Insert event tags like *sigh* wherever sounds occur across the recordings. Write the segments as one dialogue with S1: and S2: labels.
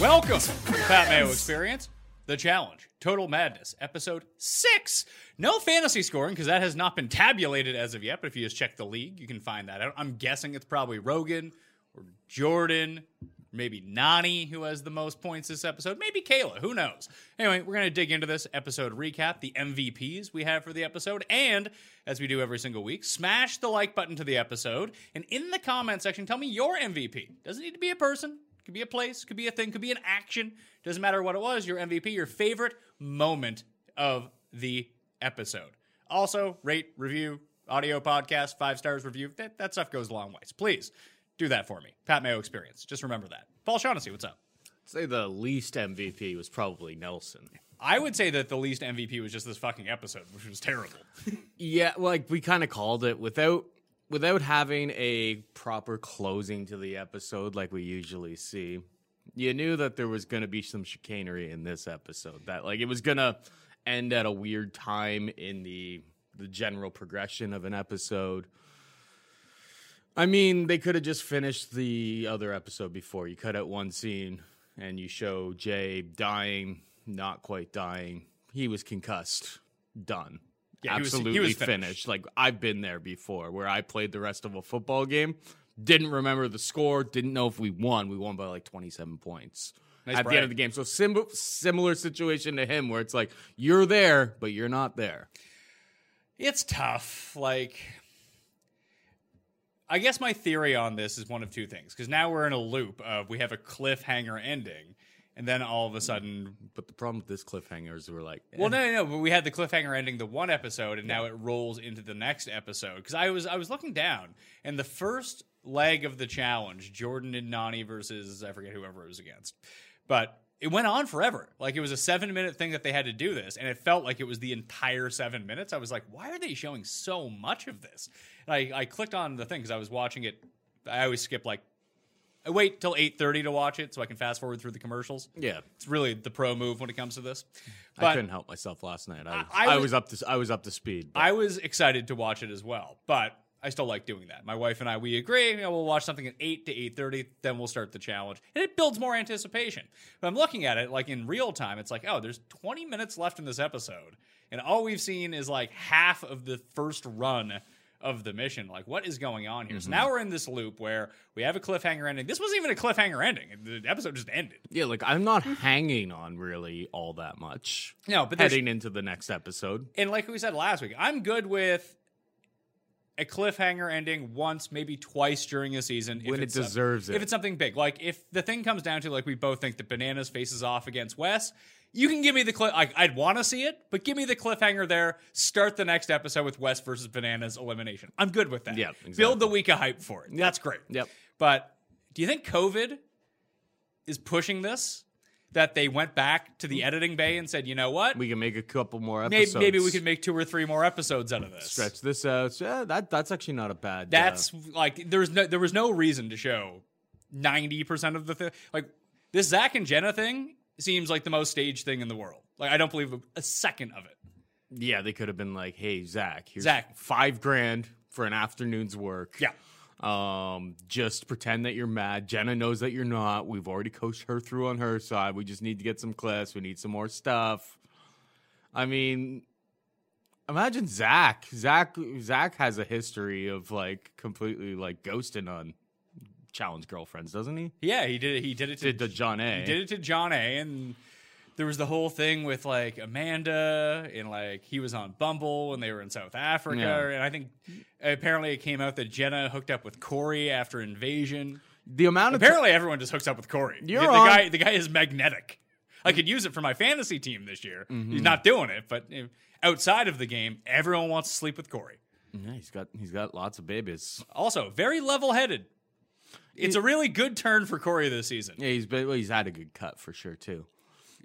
S1: Welcome to Pat Mayo Experience, The Challenge, Total Madness, Episode 6. No fantasy scoring because that has not been tabulated as of yet, but if you just check the league, you can find that out. I'm guessing it's probably Rogan or Jordan, maybe Nani, who has the most points this episode, maybe Kayla, who knows. Anyway, we're going to dig into this episode recap, the MVPs we have for the episode, and as we do every single week, smash the like button to the episode, and in the comment section, tell me your MVP. Doesn't need to be a person, could be a place, could be a thing, could be an action. Doesn't matter what it was, your MVP, your favorite moment of the episode. Also, rate, review, audio podcast, five stars review. That, that stuff goes a long ways. Please do that for me. Pat Mayo experience. Just remember that. Paul Shaughnessy, what's up?
S2: say the least MVP was probably Nelson.
S1: I would say that the least MVP was just this fucking episode, which was terrible.
S2: Yeah, like we kind of called it without without having a proper closing to the episode like we usually see. You knew that there was going to be some chicanery in this episode. That like it was going to end at a weird time in the the general progression of an episode. I mean, they could have just finished the other episode before. You cut out one scene and you show Jay dying, not quite dying. He was concussed. Done.
S1: Yeah, he was- he
S2: Absolutely
S1: was
S2: finished.
S1: finished.
S2: Like I've been there before where I played the rest of a football game, didn't remember the score, didn't know if we won. We won by like 27 points. at the
S1: brag.
S2: end of the game. So sim- similar situation to him where it's like you're there but you're not there.
S1: it's tough. Like, I guess my theory on this is one of two things because now we're in a loop of we have a cliffhanger ending, and then all of a sudden,
S2: But the problem with this cliffhanger is we're like eh,
S1: well, no, no, no, but we had the cliffhanger ending the one episode, and now it rolls into the next episode because I was I was looking down, and the first leg of the challenge, Jordan and Nani versus I forget whoever it was against, but. It went on forever. Like it was a seven minute thing that they had to do this, and it felt like it was the entire seven minutes. I was like, why are they showing so much of this? And I, I clicked on the thing because I was watching it. I always skip like I wait till eight thirty to watch it so I can fast forward through the commercials.
S2: Yeah.
S1: It's really the pro move when it comes to this.
S2: I
S1: But-
S2: couldn't help myself last night. I,
S1: I
S2: I,
S1: was-
S2: was up to I was up to speed. but-
S1: I was excited to watch it as well, but I still like doing that. My wife and I we agree. You know, we'll watch something at eight to eight thirty, then we'll start the challenge, and it builds more anticipation. But I'm looking at it like in real time. It's like, oh, there's 20 minutes left in this episode, and all we've seen is like half of the first run of the mission. Like, what is going on here? So now we're in this loop where we have a cliffhanger ending. This wasn't even a cliffhanger ending. The episode just ended.
S2: yeah, like I'm not hanging on really all that much.
S1: No, but there's-
S2: heading into the next episode,
S1: and like we said last week, I'm good with a cliffhanger ending once, maybe twice during a season.
S2: When it
S1: it's some-
S2: deserves it.
S1: If it's something big. Like, if the thing comes down to, like, we both think that Bananas faces off against Wes, you can give me the cliff. I, I'd want to see it, but give me the cliffhanger there. Start the next episode with Wes versus Bananas elimination. I'm good with that.
S2: Yeah,
S1: Build
S2: exactly.
S1: the week of hype for it. That's great.
S2: Yep.
S1: But do you think COVID is pushing this? That they went back to
S2: Mm.
S1: the editing bay and said, you know what?
S2: We can make a couple more
S1: maybe,
S2: episodes.
S1: maybe we could make two or three more episodes out of this.
S2: stretch this out. So, yeah, that that's actually not a bad. uh,
S1: That's like there's no there was no reason to show ninety percent of the thing. Like this Zach and Jenna thing seems like the most staged thing in the world. Like I don't believe a, a second of it.
S2: yeah, they could have been like, "Hey, Zach, here's
S1: Zach.
S2: five grand for an afternoon's work." Um, just pretend that you're mad. Jenna knows that you're not. We've already coached her through on her side. We just need to get some clips. We need some more stuff. I mean, imagine Zach. Zach Zach has a history of like completely like ghosting on challenge girlfriends, doesn't he?
S1: yeah, he did it. He did it to
S2: Did to John A.
S1: he did it to John A. And there was the whole thing with like Amanda and like he was on Bumble when they were in South Africa,
S2: Yeah.
S1: and I think apparently it came out that Jenna hooked up with Corey after Invasion.
S2: The amount of
S1: Apparently, everyone just hooks up with Corey.
S2: You're
S1: the, the
S2: on.
S1: guy. The guy is magnetic. I could use it for my fantasy team this year.
S2: Mm-hmm.
S1: He's not doing it, but you know, outside of the game, everyone wants to sleep with Corey.
S2: yeah, he's got he's got lots of babies.
S1: Also, very level-headed. It's a really good turn for Corey this season.
S2: Yeah, he's been, well, he's had a good cut for sure too.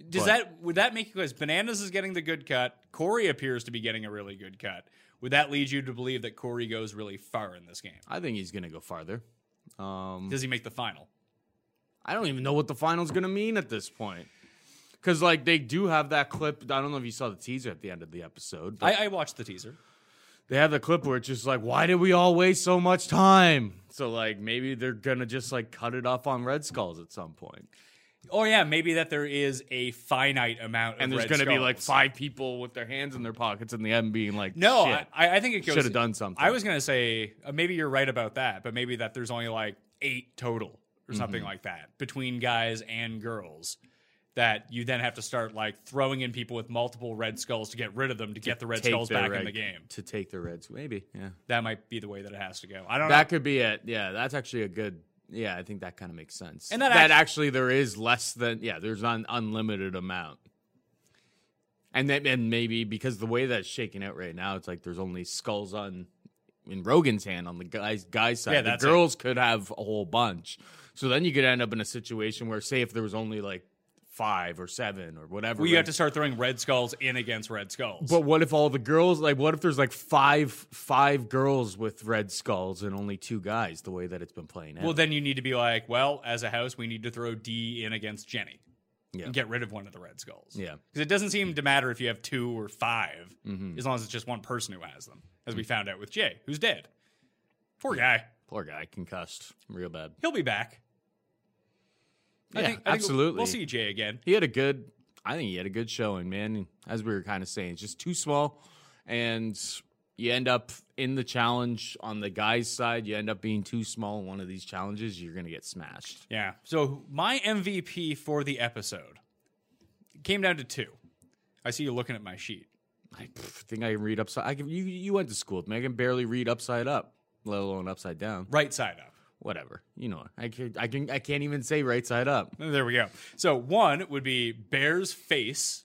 S1: Does
S2: but-
S1: that would that make you guys? Bananas is getting the good cut. Corey appears to be getting a really good cut. Would that lead you to believe that Corey goes really far in this game?
S2: I think he's gonna go farther. Um,
S1: Does he make the final?
S2: I don't even know what the final's gonna mean at this point. Cause like they do have that clip. I don't know if you saw the teaser at the end of the episode. But
S1: I, I watched the teaser.
S2: they have the clip where it's just like, why did we all waste so much time? So like maybe they're gonna just like cut it off on Red Skulls at some point.
S1: Oh yeah, maybe that there is a finite amount, of
S2: And there's
S1: Red
S2: gonna be like
S1: Skulls.
S2: five people with their hands in their pockets in the end being like,
S1: No,
S2: shit.
S1: I, I think it goes.
S2: Should've done something.
S1: I was gonna say uh, maybe you're right about that, but maybe that there's only like eight total
S2: Mm-hmm.
S1: or something like that between guys and girls. That you then have to start like throwing in people with multiple red skulls to get rid of them to get the red
S2: take
S1: skulls
S2: their
S1: back in
S2: red-
S1: the game.
S2: to take the Reds. Maybe yeah.
S1: That might be the way that it has to go. I don't know.
S2: That could be it. Yeah, that's actually a good. Yeah, I think that kind of makes sense.
S1: And that act-
S2: actually there is less than yeah, there's an unlimited amount. And that and maybe because the way that's shaking out right now, it's like there's only skulls on in Rogan's hand on the guys guys side.
S1: Yeah,
S2: the
S1: that's it.
S2: girls could have a whole bunch. So then you could end up in a situation where say if there was only like five or seven or whatever.
S1: Well, you have
S2: like-
S1: to start throwing red skulls in against red skulls.
S2: but what if all the girls like what if there's like five five girls with red skulls and only two guys the way that it's been playing out?
S1: well, then you need to be like, well, as a house, we need to throw D in against Jenny
S2: Yeah.
S1: and get rid of one of the red skulls.
S2: Yeah.
S1: Because it doesn't seem to matter if you have two or 5
S2: Mm-hmm.
S1: as long as it's just one person who has them, as
S2: Mm.
S1: we found out with Jay, who's dead. Poor guy.
S2: Poor guy, concussed real bad.
S1: He'll be back.
S2: Yeah,
S1: we'll-
S2: absolutely.
S1: We'll see Jay again.
S2: He had a good, I think he had a good showing, man. As we were kind of saying, it's just too small, and you end up in the challenge on the guy's side. You end up being too small in one of these challenges, you're gonna get smashed.
S1: Yeah. So my MVP for the episode came down to two. I see you looking at my sheet.
S2: I pff, think I can read upside. I can. You you went to school with me. I can barely read upside up, let alone upside down.
S1: Right side up.
S2: Whatever, you know. I can I can I can't even say right side up.
S1: There we go. So one would be Bear's face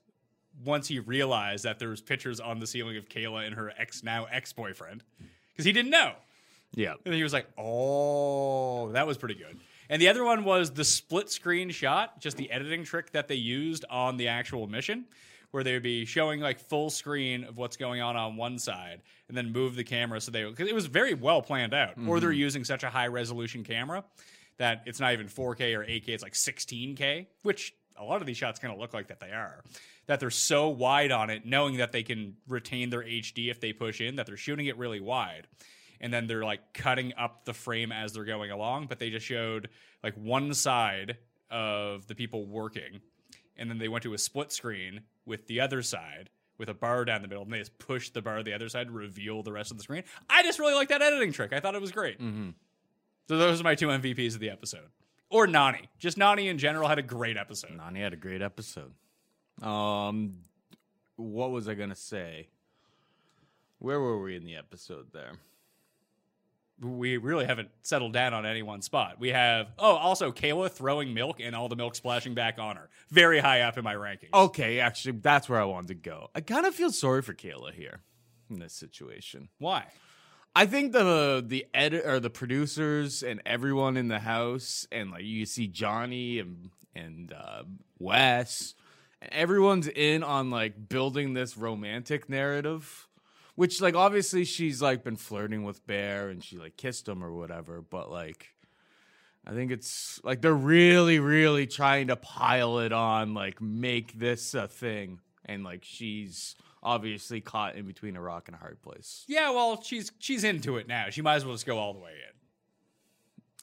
S1: once he realized that there was pictures on the ceiling of Kayla and her ex now ex boyfriend because he didn't know,
S2: Yeah.
S1: and he was like, "Oh, that was pretty good." And the other one was the split screen shot, just the editing trick that they used on the actual mission, where they would be showing like full screen of what's going on on one side, and then move the camera so they because it was very well planned out. Or they're using such a high resolution camera that it's not even 4K or 8K, it's like 16K, which a lot of these shots kind of look like that they are. That they're so wide on it, knowing that they can retain their HD if they push in, that they're shooting it really wide. And then they're like cutting up the frame as they're going along, but they just showed like one side of the people working. And then they went to a split screen with the other side with a bar down the middle and they just pushed the bar to the other side to reveal the rest of the screen. I just really like that editing trick. I thought it was great. So those are my two MVPs of the episode. Or Nani. Just Nani in general had a great episode.
S2: Nani had a great episode. Um, what was I gonna say? Where were we in the episode there?
S1: we really haven't settled down on any one spot. We have oh, also Kayla throwing milk and all the milk splashing back on her. Very high up in my rankings.
S2: Okay, actually, that's where I wanted to go. I kind of feel sorry for Kayla here in this situation.
S1: why?
S2: I think the the edit or the producers and everyone in the house and like you see Johnny and and uh, Wes, everyone's in on like building this romantic narrative, which like obviously she's like been flirting with Bear and she like kissed him or whatever, but like. I think it's like they're really, really trying to pile it on, like make this a thing, and like she's obviously caught in between a rock and a hard place.
S1: Yeah, well, she's she's into it now. She might as well just go all the way in.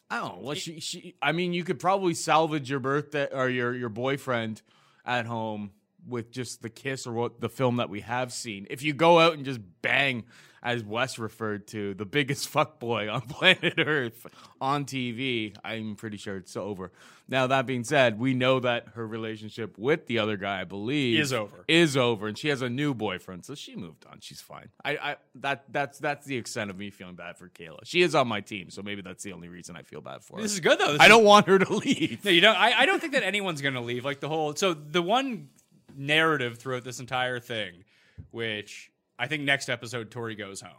S2: I don't know. Well, she, she, I mean, you could probably salvage your birthday or your, your boyfriend at home with just the kiss or what the film that we have seen. If you go out and just bang, as Wes referred to, the biggest *laughs* fuckboy on planet Earth on TV, I'm pretty sure it's over. Now, that being said, we know that her relationship with the other guy, I believe,
S1: Is over.
S2: Is over, and she has a new boyfriend, so she moved on. She's fine. I, I that that's that's the extent of me feeling bad for Kayla. She is on my team, so maybe that's the only reason I feel bad for her.
S1: This is good though. This
S2: I
S1: is-
S2: don't want her to leave.
S1: No, you don't. I, I don't think that anyone's going to leave. Like the whole. So the one narrative throughout this entire thing, which I think next episode Tori goes home.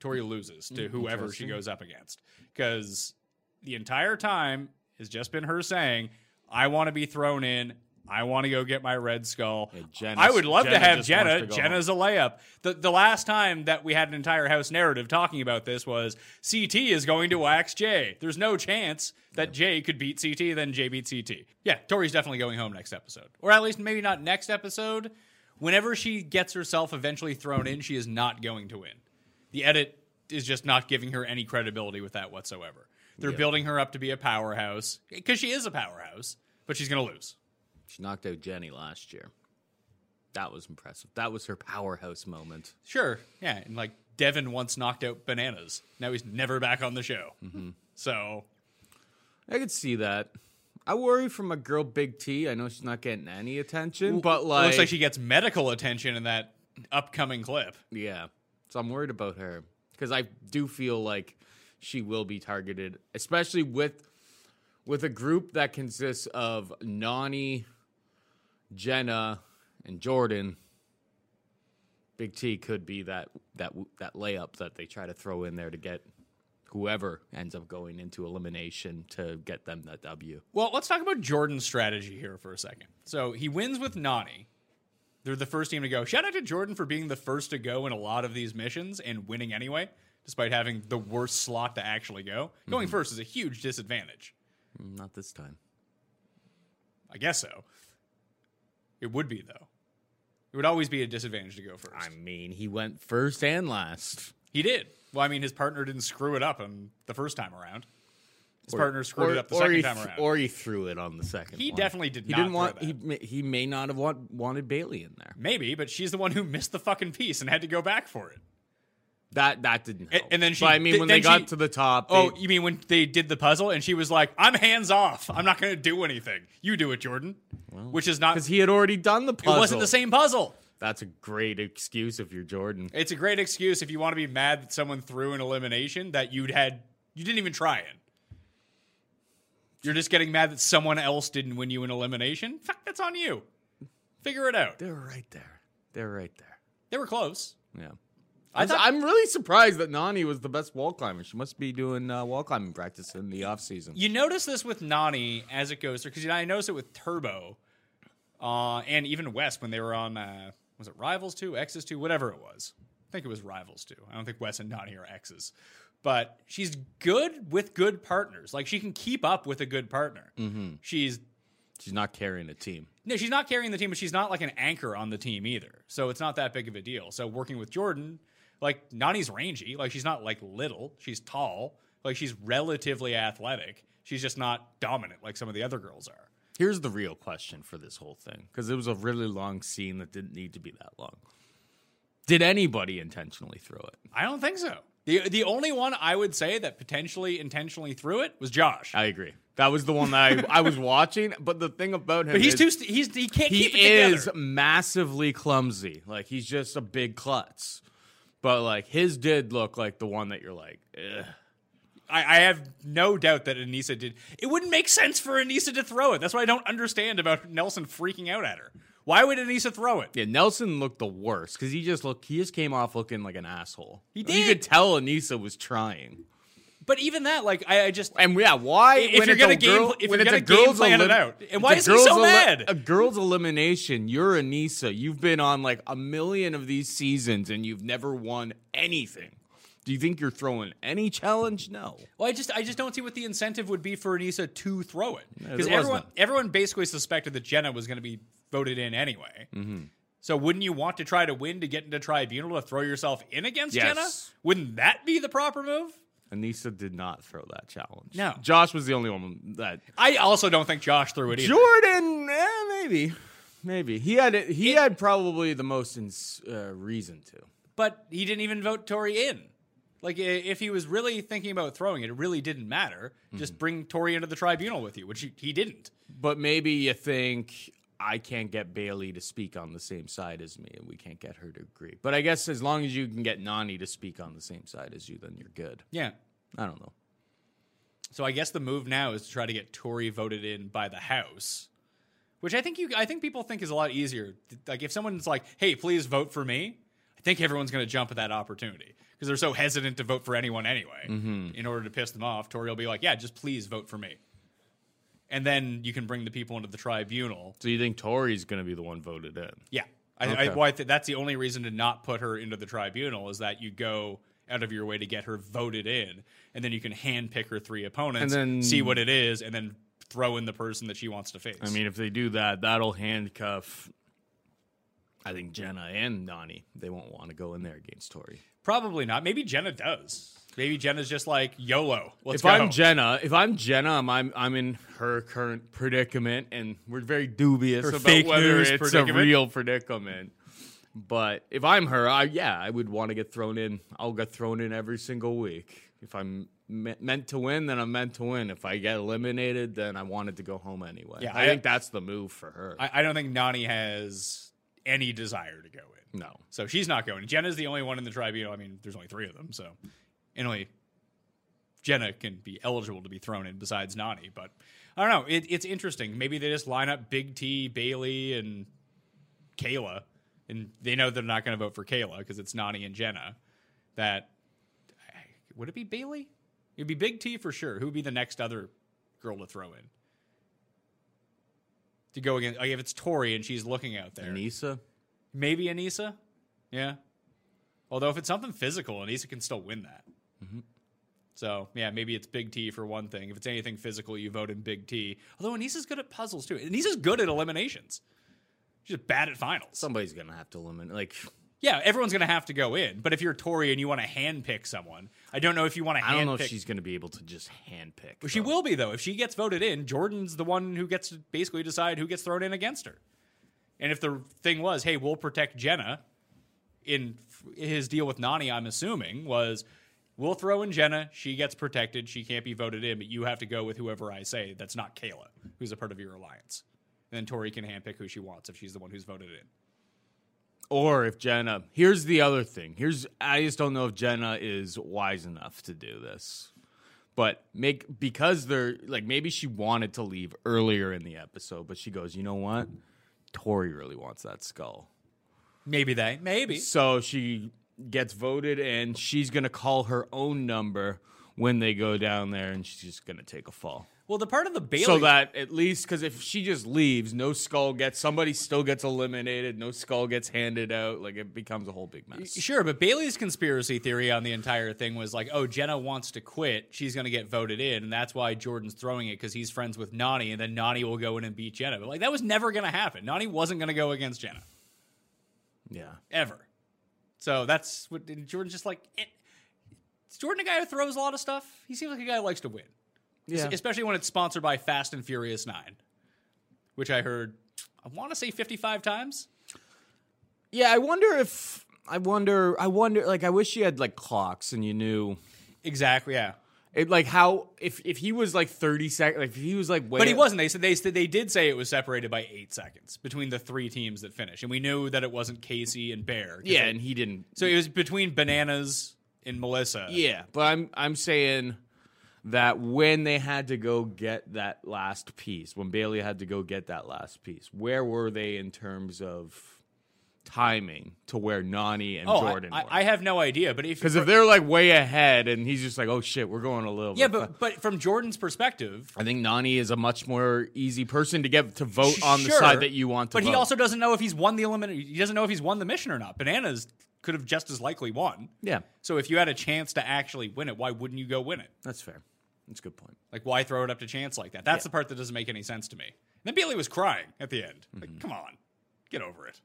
S1: Tori loses to whoever she goes up against because the entire time has just been her saying, "I want to be thrown in. I want to go get my red skull.
S2: Jenna's-
S1: I would love to
S2: Jenna
S1: have
S2: just wants
S1: Jenna.
S2: to go
S1: Jenna's a layup. The the last time that we had an entire house narrative talking about this was CT is going to wax Jay. There's no chance that Jay could beat CT, then Jay beat CT. Yeah, Tori's definitely going home next episode, or at least maybe not next episode. Whenever she gets herself eventually thrown in, she is not going to win. The edit is just not giving her any credibility with that whatsoever. They're building her up to be a powerhouse because she is a powerhouse, but she's going to lose.
S2: She knocked out Jenny last year. That was impressive. That was her powerhouse moment.
S1: Sure. Yeah. And like Devin once knocked out bananas. Now he's never back on the show. So
S2: I could see that. I worry for my girl Big T. I know she's not getting any attention, but like,
S1: it looks like she gets medical attention in that upcoming clip.
S2: yeah. So I'm worried about her because I do feel like she will be targeted, especially with with a group that consists of Nani, Jenna, and Jordan. Big T could be that that that layup that they try to throw in there to get whoever ends up going into elimination to get them that W.
S1: Well, let's talk about Jordan's strategy here for a second. So he wins with Nani. They're the first team to go. Shout out to Jordan for being the first to go in a lot of these missions and winning anyway, despite having the worst slot to actually go.
S2: Mhm.
S1: Going first is a huge disadvantage.
S2: Not this time.
S1: I guess so. It would be, though. It would always be a disadvantage to go first.
S2: I mean, he went first and last.
S1: He did. Well, I mean, his partner didn't screw it up on the first time around. His partner screwed it up the second
S2: he
S1: time
S2: th-
S1: around.
S2: Or he threw it on the second.
S1: He
S2: one.
S1: definitely did
S2: He
S1: not
S2: didn't
S1: throw
S2: want.
S1: that.
S2: He may, he may not have want, wanted Bailey in there.
S1: Maybe, but she's the one who missed the fucking piece and had to go back for it.
S2: That that didn't
S1: And-
S2: help.
S1: and then she-
S2: But I mean,
S1: th-
S2: when
S1: then
S2: they got
S1: she-
S2: to the top,
S1: Oh,
S2: they- *laughs*
S1: you mean when they did the puzzle and she was like, "I'm hands off. I'm not going to do anything. You do it, Jordan." Which is not. It
S2: because he had already done the puzzle.
S1: wasn't the same puzzle.
S2: That's a great excuse if you're Jordan.
S1: It's a great excuse if you want to be mad that someone threw an elimination that you'd had. You didn't even try it. You're just getting mad that someone else didn't win you an elimination. Fuck, that's on you. Figure it out.
S2: They're right there. They're right there.
S1: They were close.
S2: Yeah.
S1: I
S2: I'm,
S1: thought-
S2: I'm really surprised that Nani was the best wall climber. She must be doing uh, wall climbing practice in the off season.
S1: You notice this with Nani as it goes through, because you know, I noticed it with Turbo, uh, and even West when they were on uh, was it Rivals Two, X's Two, whatever it was. I think it was Rivals Two. I don't think Wes and Nani are X's, but she's good with good partners. Like she can keep up with a good partner. She's
S2: She's not carrying a team.
S1: no, she's not carrying the team, but she's not like an anchor on the team either. So it's not that big of a deal. So working with Jordan, like Nani's rangy, like she's not like little, she's tall, like she's relatively athletic. She's just not dominant like some of the other girls are.
S2: Here's the real question for this whole thing because it was a really long scene that didn't need to be that long. Did anybody intentionally throw it?
S1: I don't think so. The the only one I would say that potentially intentionally threw it was Josh.
S2: I agree. That was the one that I, I was watching. But the thing about him,
S1: but he's
S2: is
S1: too st- he's he can't
S2: he
S1: keep it
S2: is
S1: together.
S2: massively clumsy. Like he's just a big klutz. But like his did look like the one that you're like, Ugh.
S1: I, I have no doubt that Anissa did. It wouldn't make sense for Anissa to throw it. That's what I don't understand about Nelson freaking out at her. Why would Anissa throw it?
S2: Yeah, Nelson looked the worst because he just looked. He just came off looking like an asshole.
S1: He
S2: You
S1: did.
S2: could tell Anissa was trying.
S1: But even that, like, I, I just
S2: And yeah, why?
S1: If
S2: when
S1: you're
S2: it's a
S1: gonna game
S2: girl,
S1: pl- if
S2: when
S1: you're
S2: it's a
S1: gonna game
S2: girl's
S1: plan it
S2: elim-
S1: out. And
S2: it's
S1: why
S2: a
S1: is he so
S2: girl's eli-
S1: mad?
S2: A girl's elimination. You're Anissa. You've been on like a million of these seasons, and you've never won anything. Do you think you're throwing any challenge? No.
S1: Well, I just I just don't see what the incentive would be for Anissa to throw it
S2: there
S1: because
S2: was
S1: everyone
S2: none.
S1: everyone basically suspected that Jenna was going to be voted in anyway. So wouldn't you want to try to win to get into tribunal to throw yourself in against
S2: Yes.
S1: Jenna? Wouldn't that be the proper move?
S2: Anissa did not throw that challenge.
S1: No.
S2: Josh was the only one that.
S1: I also don't think Josh threw it either.
S2: Jordan, eh, maybe, maybe he had he had probably the most ins- uh, reason to.
S1: but he didn't even vote Tori in. Like i- if he was really thinking about throwing it, it really didn't matter. Just bring Tori into the tribunal with you, which he, he didn't.
S2: But maybe you think I can't get Bailey to speak on the same side as me, and we can't get her to agree. But I guess as long as you can get Nani to speak on the same side as you, then you're good.
S1: Yeah.
S2: I don't know.
S1: So I guess the move now is to try to get Tory voted in by the House, which I think you I think people think is a lot easier. Like if someone's like, "Hey, please vote for me," I think everyone's going to jump at that opportunity because they're so hesitant to vote for anyone anyway. In order to piss them off, Tory will be like, "Yeah, just please vote for me," and then you can bring the people into the tribunal.
S2: So you think Tori's going to be the one voted in?
S1: Yeah, I, I, well, I th- that's the only reason to not put her into the tribunal is that you go out of your way to get her voted in, and then you can handpick her three opponents,
S2: And then-
S1: see what it is, and then throw in the person that she wants to face.
S2: I mean, if they do that, that'll handcuff. I think Jenna and Nani. They won't want to go in there against Tori.
S1: probably not. Maybe Jenna does. Maybe Jenna's just like YOLO. Let's
S2: if
S1: go.
S2: I'm Jenna, if I'm Jenna, I'm, I'm I'm in her current predicament, and we're very dubious
S1: Her
S2: about
S1: fake
S2: whether
S1: news
S2: it's a
S1: predicament.
S2: real predicament. But if I'm her, I yeah, I would want to get thrown in. I'll get thrown in every single week. If I'm me- meant to win, then I'm meant to win. If I get eliminated, then I wanted to go home anyway.
S1: Yeah,
S2: I,
S1: I-
S2: think that's the move for her.
S1: I, I don't think Nani has any desire to go in,
S2: no,
S1: so she's not going. Jenna's the only one in the tribunal. I mean, there's only three of them, so and only Jenna can be eligible to be thrown in besides Nani. But I don't know. It, it's interesting. Maybe they just line up Big T, Bailey, and Kayla, and they know they're not going to vote for Kayla because it's Nani and Jenna. That would it be Bailey? It'd be Big T for sure. Who would be the next other girl to throw in? To go against, like if it's Tori and she's looking out there,
S2: Anissa.
S1: maybe Anissa. Yeah. Although if it's something physical, Anissa can still win that.
S2: Mm-hmm.
S1: So yeah, maybe it's Big T for one thing. If it's anything physical, you vote in Big T. Although Anissa's good at puzzles too. Anissa's good at eliminations. She's just bad at finals.
S2: Somebody's gonna have to eliminate. Like
S1: yeah, everyone's gonna have to go in. But if you're Tori and you want to handpick someone, I don't know if you want to.
S2: I don't know if
S1: handpick-
S2: she's gonna be able to just handpick.
S1: Well, She
S2: though.
S1: will be though. If she gets voted in, Jordan's the one who gets to basically decide who gets thrown in against her. And if the thing was, hey, we'll protect Jenna. In f- his deal with Nani, I'm assuming was we'll throw in Jenna. She gets protected. She can't be voted in, but you have to go with whoever I say. That's not Kayla, who's a part of your alliance. And then Tori can handpick who she wants if she's the one who's voted in.
S2: Or if Jenna, here's the other thing. Here's I just don't know if Jenna is wise enough to do this. But make because they're like maybe she wanted to leave earlier in the episode, but she goes, "You know what? Tori really wants that skull."
S1: Maybe they. Maybe.
S2: So she gets voted and she's going to call her own number when they go down there and she's just going to take a fall.
S1: Well, the part of the Bailey.
S2: So that at least, because if she just leaves, no skull gets somebody still gets eliminated, no skull gets handed out. Like it becomes a whole big mess.
S1: Sure, but Bailey's conspiracy theory on the entire thing was like, oh, Jenna wants to quit. She's going to get voted in. And that's why Jordan's throwing it because he's friends with Nani. And then Nani will go in and beat Jenna. But like, that was never going to happen. Nani wasn't going to go against Jenna,
S2: Yeah.
S1: ever. So that's what and Jordan's just like. eh. Is Jordan a guy who throws a lot of stuff? He seems like a guy who likes to win,
S2: Yeah.
S1: especially when it's sponsored by Fast and Furious 9, which I heard, I want to say 55 times.
S2: yeah, I wonder if I wonder I wonder like I wish you had like clocks and you knew
S1: Exactly, yeah.
S2: it like how if if he was like 30 seconds like if he was like way
S1: But he wasn't. They said they said they did say it was separated by eight seconds between the three teams that finished, and we knew that it wasn't Casey and Bear. 'cause
S2: Yeah,
S1: they-
S2: and he didn't
S1: so it was between Bananas and Melissa.
S2: Yeah, but I'm I'm saying that when they had to go get that last piece, when Bailey had to go get that last piece, where were they in terms of timing to where Nani and
S1: Oh, I-
S2: Jordan
S1: I,
S2: were?
S1: I have no idea, but if
S2: Because if they're like way ahead and he's just like, oh shit, we're going a
S1: *laughs*
S2: little.
S1: yeah,
S2: bit fa-"
S1: but but from Jordan's perspective,
S2: I think Nani is a much more easy person to get to vote on the
S1: Sure,
S2: side that you want to.
S1: But he
S2: vote.
S1: also doesn't know if he's won the elimination. He doesn't know if he's won the mission or not. Bananas could have just as likely won.
S2: yeah,
S1: So if you had a chance to actually win it, why wouldn't you go win it?
S2: that's fair. That's a good point.
S1: Like, why throw it up to chance like that? That's the part that doesn't make any sense to me. And then Bailey was crying at the end. Like, come on, get over it.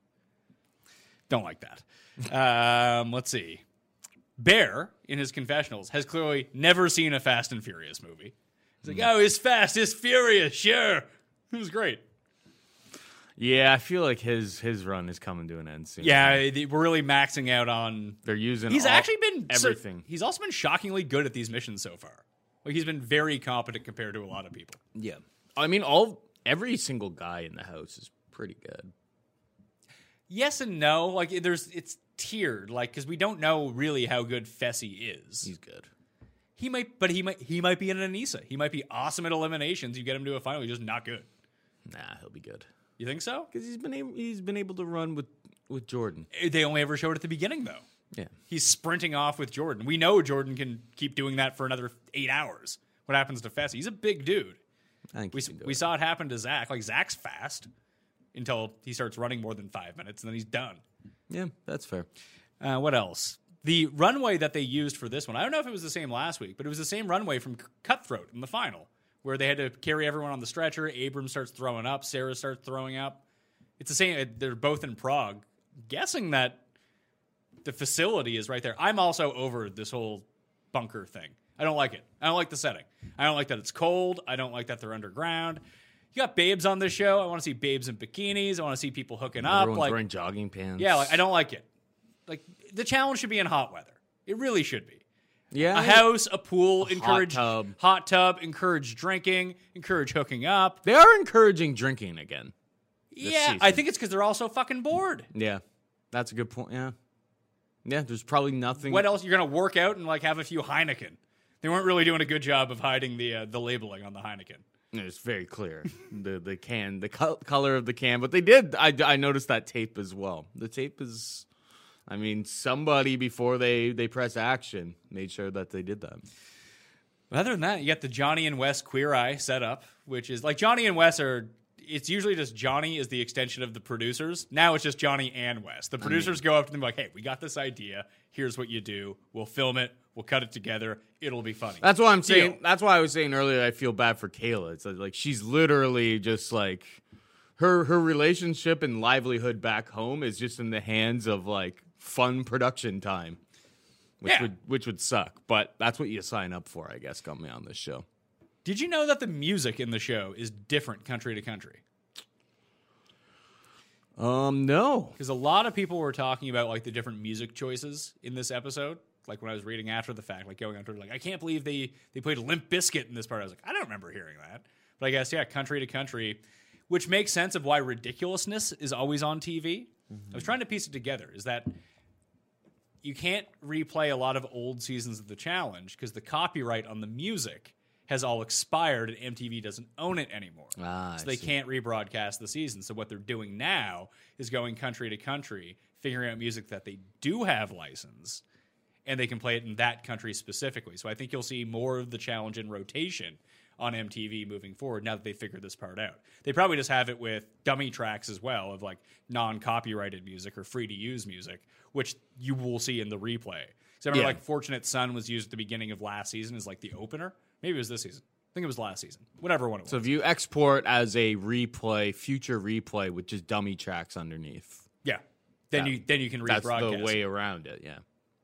S1: Don't like that. *laughs* um, let's see. Bear in his confessionals has clearly never seen a Fast and Furious movie. He's like, oh, it's Fast, it's Furious, sure. It was great.
S2: Yeah, I feel like his his run is coming to an end soon.
S1: Yeah, the- we're really maxing out on
S2: they're using.
S1: He's
S2: all-
S1: actually been so-
S2: everything.
S1: he's also been shockingly good at these missions so far. Like he's been very competent compared to a lot of people.
S2: yeah, I mean, all every single guy in the house is pretty good.
S1: Yes and no. Like there's it's tiered. Like because we don't know really how good Fessy is.
S2: He's good.
S1: he might, but he might he might be in an Anissa. He might be awesome at eliminations. You get him to a final, he's just not good.
S2: Nah, he'll be good
S1: You think so?
S2: because he's been able, he's been able to run with with Jordan.
S1: They only ever showed it at the beginning though.
S2: Yeah,
S1: He's sprinting off with Jordan. We know Jordan can keep doing that for another eight hours. What happens to Fessy? He's a big dude.
S2: I think
S1: We,
S2: he can do
S1: we
S2: it.
S1: saw it happen to Zach. Like Zach's fast until he starts running more than five minutes, and then he's done.
S2: Yeah, that's fair.
S1: Uh, what else? The runway that they used for this one, I don't know if it was the same last week, but it was the same runway from C- Cutthroat in the final, where they had to carry everyone on the stretcher. Abram starts throwing up, Sarah starts throwing up. It's the same. uh, They're both in Prague. Guessing that the facility is right there. I'm also over this whole bunker thing. I don't like it. I don't like the setting. I don't like that it's cold. I don't like that they're underground. You got babes on this show. I want to see babes in bikinis. I want to see people hooking up.
S2: Everyone's
S1: Like
S2: wearing jogging pants.
S1: yeah, like I don't like it. Like the challenge should be in hot weather. It really should be.
S2: Yeah,
S1: A house, a pool, encourage
S2: tub.
S1: hot tub, encourage drinking, encourage hooking up.
S2: They are encouraging drinking again.
S1: yeah,
S2: season.
S1: I think it's because they're all so fucking bored.
S2: Yeah, that's a good point. Yeah, yeah. There's probably nothing.
S1: What else? You're gonna work out and like have a few Heineken. They weren't really doing a good job of hiding the uh, the labeling on the Heineken.
S2: It's very clear the the can, the col- color of the can. But they did. I, I noticed that tape as well. The tape is. I mean, somebody before they they press action made sure that they did that.
S1: But other than that, you got the Johnny and Wes queer eye setup, which is like Johnny and Wes are. It's usually just Johnny is the extension of the producers. Now it's just Johnny and Wes. The producers go up to them like, "Hey, we got this idea. Here's what you do. We'll film it. We'll cut it together. It'll be funny."
S2: That's why I'm saying.
S1: Deal.
S2: That's why I was saying earlier. I feel bad for Kayla. It's like, like she's literally just like her her relationship and livelihood back home is just in the hands of like fun production time, which
S1: Yeah.
S2: would which would suck. But that's what you sign up for, I guess. Coming on this show.
S1: Did you know that the music in the show is different country to country?
S2: Um, no.
S1: Because a lot of people were talking about like the different music choices in this episode. Like when I was reading after the fact, like going on Twitter, like I can't believe they they played Limp Biscuit in this part. I was like, I don't remember hearing that. But I guess yeah, country to country, which makes sense of why ridiculousness is always on TV. I was trying to piece it together. Is that you can't replay a lot of old seasons of the challenge because the copyright on the music has all expired and MTV doesn't own it anymore.
S2: Ah,
S1: so
S2: I
S1: they
S2: see.
S1: can't rebroadcast the season. So what they're doing now is going country to country, figuring out music that they do have license and they can play it in that country specifically. So I think you'll see more of the challenge in rotation on MTV moving forward now that they figured this part out. They probably just have it with dummy tracks as well of like non-copyrighted music or free to use music, which you will see in the replay. So I remember
S2: Yeah.
S1: like Fortunate Son was used at the beginning of last season as like the opener. Maybe it was this season. I think it was last season. Whatever one it was.
S2: So if you export as a replay, future replay with just dummy tracks underneath,
S1: yeah. Then
S2: That-
S1: you then you can
S2: that's
S1: rebroadcast.
S2: the way around it. Yeah,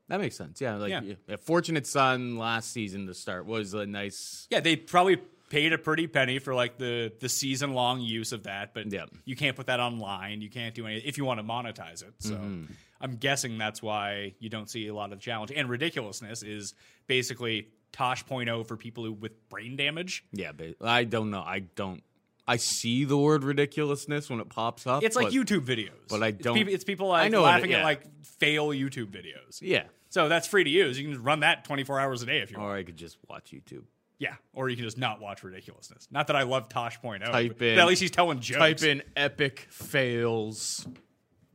S2: that makes sense. Yeah, like
S1: Yeah.
S2: yeah. Fortunate Son last season to start was a nice.
S1: Yeah, they probably paid a pretty penny for like the the season long use of that, but
S2: Yeah.
S1: you can't put that online. You can't do any if you want to monetize it. So
S2: Mm-hmm.
S1: I'm guessing that's why you don't see a lot of challenge and ridiculousness is basically Tosh.0 for people who with brain damage.
S2: Yeah, but I don't know. I don't. I see the word ridiculousness when it pops up.
S1: It's like
S2: but-
S1: YouTube videos,
S2: but I
S1: It's
S2: don't-
S1: peop- It's people,
S2: I
S1: like
S2: know what it-
S1: laughing
S2: yeah.
S1: at like fail YouTube videos.
S2: Yeah,
S1: So that's free to use. You can run that 24 hours a day if you want.
S2: or I could just watch YouTube.
S1: Yeah, or you can just not watch ridiculousness. Not that I love Tosh Point oh,
S2: Type
S1: but
S2: in-
S1: at least he's telling jokes.
S2: Type in epic fails,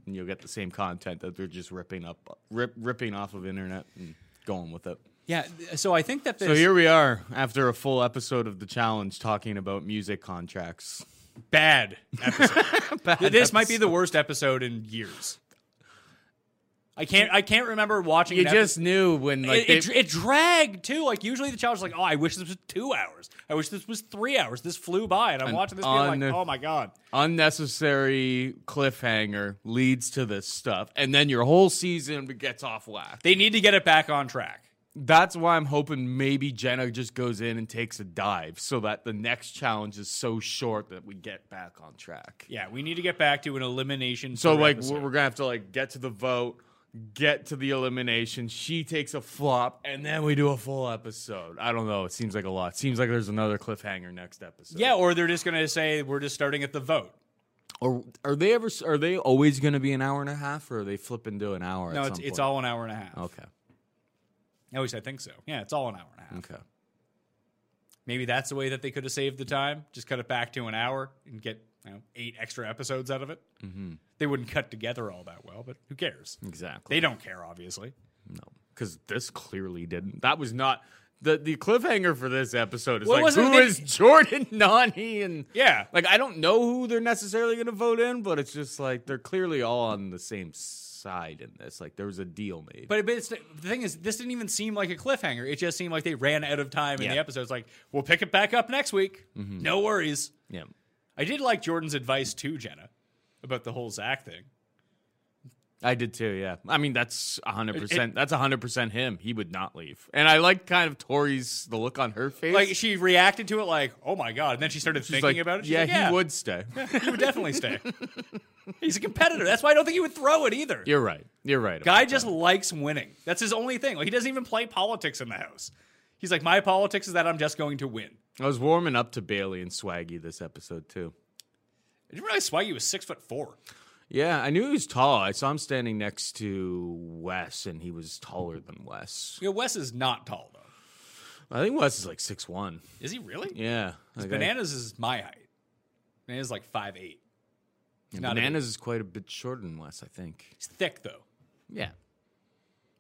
S2: and you'll get the same content that they're just ripping up, rip, ripping off of internet and going with it.
S1: Yeah, th- so I think that this
S2: So here we are after a full episode of the challenge talking about music contracts. *laughs*
S1: bad *laughs* episode. this might be the worst episode in years. I can't. I can't remember watching.
S2: You
S1: an
S2: just knew when
S1: epi- it,
S2: like
S1: it, dr- it dragged too. Like usually the child's like, "Oh, I wish this was two hours. I wish this was three hours. This flew by." And I'm
S2: An
S1: watching this, being
S2: un-
S1: like, "Oh my god!"
S2: unnecessary cliffhanger leads to this stuff, and then your whole season gets off whack.
S1: They need to get it back on track.
S2: That's why I'm hoping maybe Jenna just goes in and takes a dive, so that the next challenge is so short that we get back on track.
S1: Yeah, we need to get back to an elimination.
S2: So
S1: per
S2: like
S1: episode.
S2: we're gonna have to like get to the vote, get to the elimination. She takes a flop, and then we do a full episode. I don't know. It seems like a lot. seems like there's another cliffhanger next episode.
S1: yeah, or they're just gonna say we're just starting at the vote.
S2: Or are they ever? Are they always gonna be an hour and a half, or are they flipping to an hour?
S1: No,
S2: at
S1: it's
S2: some
S1: it's
S2: point?
S1: all an hour and a half.
S2: okay.
S1: At least I think so. Yeah, it's all an hour and a half.
S2: Okay.
S1: Maybe that's the way that they could have saved the time. Just cut it back to an hour and get you know, eight extra episodes out of it. Mm-hmm. They wouldn't cut together all that well, but who cares?
S2: Exactly.
S1: They don't care, obviously.
S2: No, because this clearly didn't. That was not the the cliffhanger for this episode. Is
S1: Well, it
S2: like
S1: wasn't-
S2: who
S1: they-
S2: is
S1: *laughs*
S2: Jordan Nani and
S1: Yeah.
S2: Like I don't know who they're necessarily going to vote in, but it's just like they're clearly all on the same side in this. Like there was a deal made.
S1: But, but it's, the thing is, this didn't even seem like a cliffhanger. It just seemed like they ran out of time in
S2: Yeah.
S1: the episode. It's like, we'll pick it back up next week. No worries.
S2: yeah,
S1: I did like Jordan's advice to Jenna about the whole Zach thing.
S2: I did too. Yeah, I mean that's hundred percent. That's hundred percent him. He would not leave. And I like kind of Tori's the look on her face.
S1: Like, she reacted to it like, oh my God. And then she started
S2: She's
S1: thinking
S2: like,
S1: about it. She's
S2: Yeah,
S1: like,
S2: he would stay.
S1: He would definitely stay. He's a competitor. That's why I don't think he would throw it either.
S2: You're right.
S1: *laughs*
S2: You're right.
S1: Guy just likes winning. That's his only thing. Like he doesn't even play politics in the house. He's like, my politics is that I'm just going to win.
S2: I was warming up to Bailey and Swaggy this episode too.
S1: I didn't realize Swaggy was six foot four.
S2: Yeah, I knew he was tall. I saw him standing next to Wes, and he was taller than Wes.
S1: Yeah, Wes is not tall though.
S2: I think Wes is like six one.
S1: Is he really?
S2: Yeah, like I-
S1: Bananas is my height. Bananas like five eight.
S2: yeah,
S1: not a big-
S2: bananas is quite a bit shorter than Wes, I think.
S1: He's thick though.
S2: Yeah,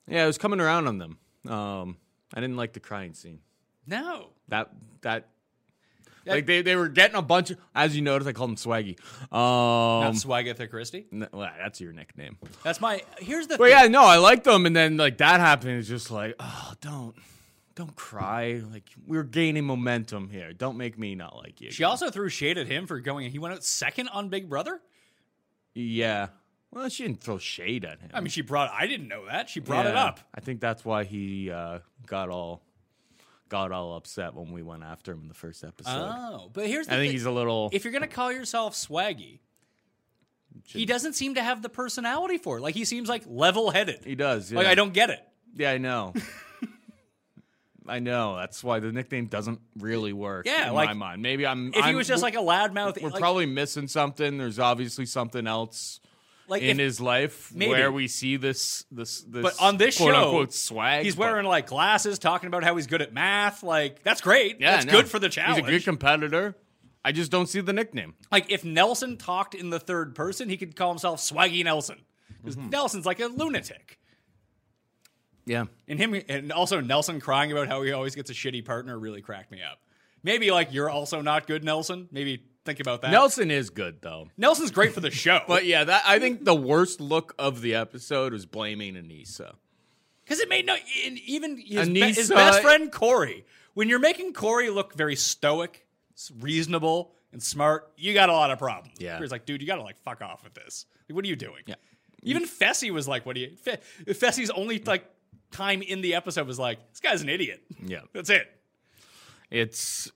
S2: yeah, I was coming around on them. Um, I didn't like the crying scene.
S1: No.
S2: That that. Like they, they were getting a bunch of as you notice I called him Swaggy. Um,
S1: Not Swagatha Christie.
S2: n- well, that's your nickname.
S1: That's my here's the
S2: But
S1: thing.
S2: yeah, no, I liked them, and then like that happened. It's just like, oh, don't, don't cry. Like we're gaining momentum here. Don't make me not like you.
S1: She also threw shade at him for going he went out second on Big Brother.
S2: yeah. Well, she didn't throw shade at him.
S1: I mean she brought I didn't know that. She brought it
S2: Yeah.
S1: up.
S2: I think that's why he uh, got all got all upset when we went after him in the first episode.
S1: Oh, but here's the
S2: I think
S1: thi-
S2: he's a little.
S1: if you're gonna call yourself swaggy, he doesn't seem to have the personality for it. Like he seems like level-headed.
S2: he does. Yeah.
S1: Like I don't get it.
S2: Yeah,
S1: *laughs*
S2: I know. I know. That's why the nickname doesn't really work.
S1: Yeah,
S2: in
S1: like,
S2: my mind. Maybe I'm.
S1: If he
S2: I'm-
S1: was just like a loudmouth,
S2: we're
S1: like,
S2: probably missing something. There's obviously something else
S1: like
S2: in
S1: if-
S2: his life
S1: maybe.
S2: where we see this this this.
S1: But on this
S2: quote
S1: show,
S2: unquote swag.
S1: he's
S2: but-
S1: wearing like glasses, talking about how he's good at math. Like that's great.
S2: Yeah,
S1: that's
S2: no,
S1: good for the challenge.
S2: He's a good competitor. I just don't see the nickname.
S1: like if Nelson talked in the third person, he could call himself Swaggy Nelson because
S2: Mm-hmm.
S1: Nelson's like a lunatic.
S2: Yeah,
S1: And him, and also Nelson crying about how he always gets a shitty partner really cracked me up. Maybe like you're also not good, Nelson. Maybe think about that.
S2: Nelson is good though.
S1: Nelson's great for the show,
S2: *laughs* But yeah, that I think the worst look of the episode was blaming Anissa.
S1: because it made no. And even his, be- his
S2: Anissa-
S1: best friend Corey, when you're making Corey look very stoic, s- reasonable, and smart, you got a lot of problems.
S2: Yeah.
S1: Corey's like, dude, you got to like fuck off with this. Like, what are you doing?
S2: Yeah.
S1: Even Fessy was like, what do you? Fe- Fessy's only like time in the episode was like, this guy's an idiot.
S2: Yeah.
S1: that's it.
S2: It's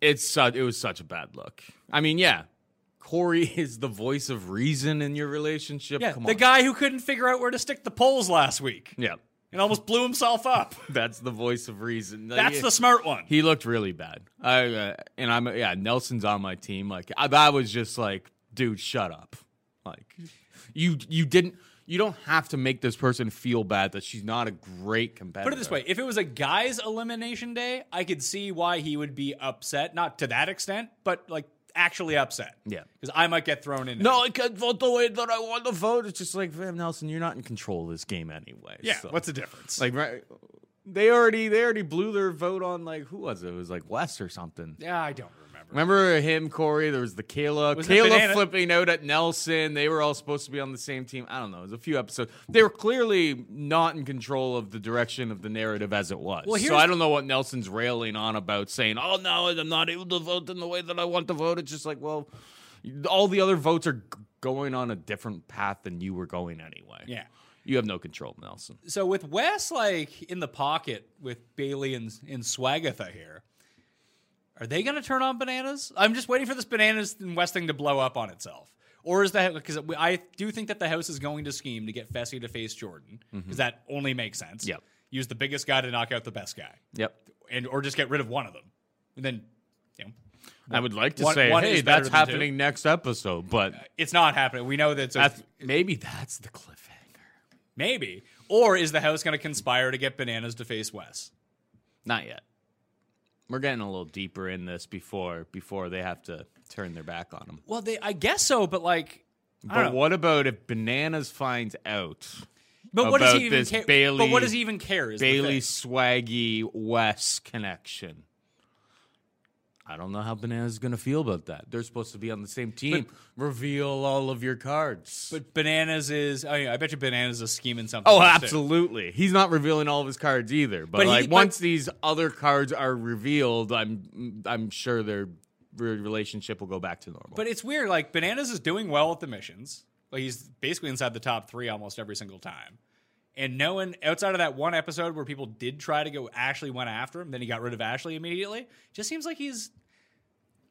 S2: it's su- it was such a bad look. I mean, yeah, Corey *laughs* is the voice of reason in your relationship.
S1: Yeah,
S2: Come
S1: the
S2: on.
S1: guy who couldn't figure out where to stick the poles last week
S2: Yeah,
S1: and almost blew himself
S2: *laughs*
S1: up.
S2: that's the voice of reason.
S1: That's
S2: Yeah.
S1: the smart one.
S2: He looked really bad. I uh, and I'm yeah. Nelson's on my team. Like I, that was just like, dude, shut up. Like you you didn't. you don't have to make this person feel bad that she's not a great competitor.
S1: Put it this way: if it was a guy's elimination day, I could see why he would be upset. Not to that extent, but like actually upset.
S2: Yeah.
S1: because I might get thrown in.
S2: No, I can't vote the way that I want to vote. It's just like, Van Nelson, you're not in control of this game anyway.
S1: yeah.
S2: so-
S1: What's the difference?
S2: like right? They already they already blew their vote on like who was it? It was like Wes or something.
S1: yeah, I don't remember.
S2: Remember him, Corey? There was the Kayla.
S1: Was it
S2: Kayla
S1: Banana?
S2: flipping out at Nelson. They were all supposed to be on the same team. I don't know. It was a few episodes. They were clearly not in control of the direction of the narrative as it was.
S1: Well,
S2: so
S1: here's-
S2: I don't know what Nelson's railing on about saying, oh, no, I'm not able to vote in the way that I want to vote. It's just like, well, all the other votes are g- going on a different path than you were going anyway.
S1: Yeah.
S2: You have no control, Nelson.
S1: So with Wes like in the pocket with Bailey and and Swagatha here, are they going to turn on bananas? I'm just waiting for this bananas and West thing to blow up on itself. Or is that because I do think that the house is going to scheme to get Fessy to face Jordan because that only makes sense.
S2: Yep.
S1: Use the biggest guy to knock out the best guy,
S2: Yep.
S1: and or just get rid of one of them, and then you know
S2: I would like to
S1: One-
S2: say,
S1: one
S2: hey,
S1: is better
S2: that's
S1: than two.
S2: happening next episode, but
S1: it's not happening. We know that it's a-
S2: that's, maybe that's the cliffhanger.
S1: maybe. Or is the house going to conspire to get bananas to face Wes?
S2: Not yet. We're getting a little deeper in this before before they have to turn their back on them.
S1: Well, they I guess so, but like. I don't
S2: But
S1: know.
S2: what about if Bananas finds out
S1: But what does
S2: about
S1: he even
S2: this
S1: care?
S2: Bailey-
S1: but what does he even care? Is the
S2: Bailey
S1: thing.
S2: Swaggy West connection? I don't know how Bananas is going to feel about that. They're supposed to be on the same team. Reveal all of your cards.
S1: But bananas is. Oh yeah, I bet you bananas is scheming something.
S2: Oh,
S1: else, too.
S2: absolutely. He's not revealing all of his cards either. But,
S1: But he-
S2: like
S1: but-
S2: once these other cards are revealed, I'm I'm sure their re- relationship will go back to normal.
S1: But it's weird. Like bananas is doing well at the missions. Like he's basically inside the top three almost every single time. And no one outside of that one episode where people did try to go, Ashley went after him. Then he got rid of Ashley immediately. Just seems like he's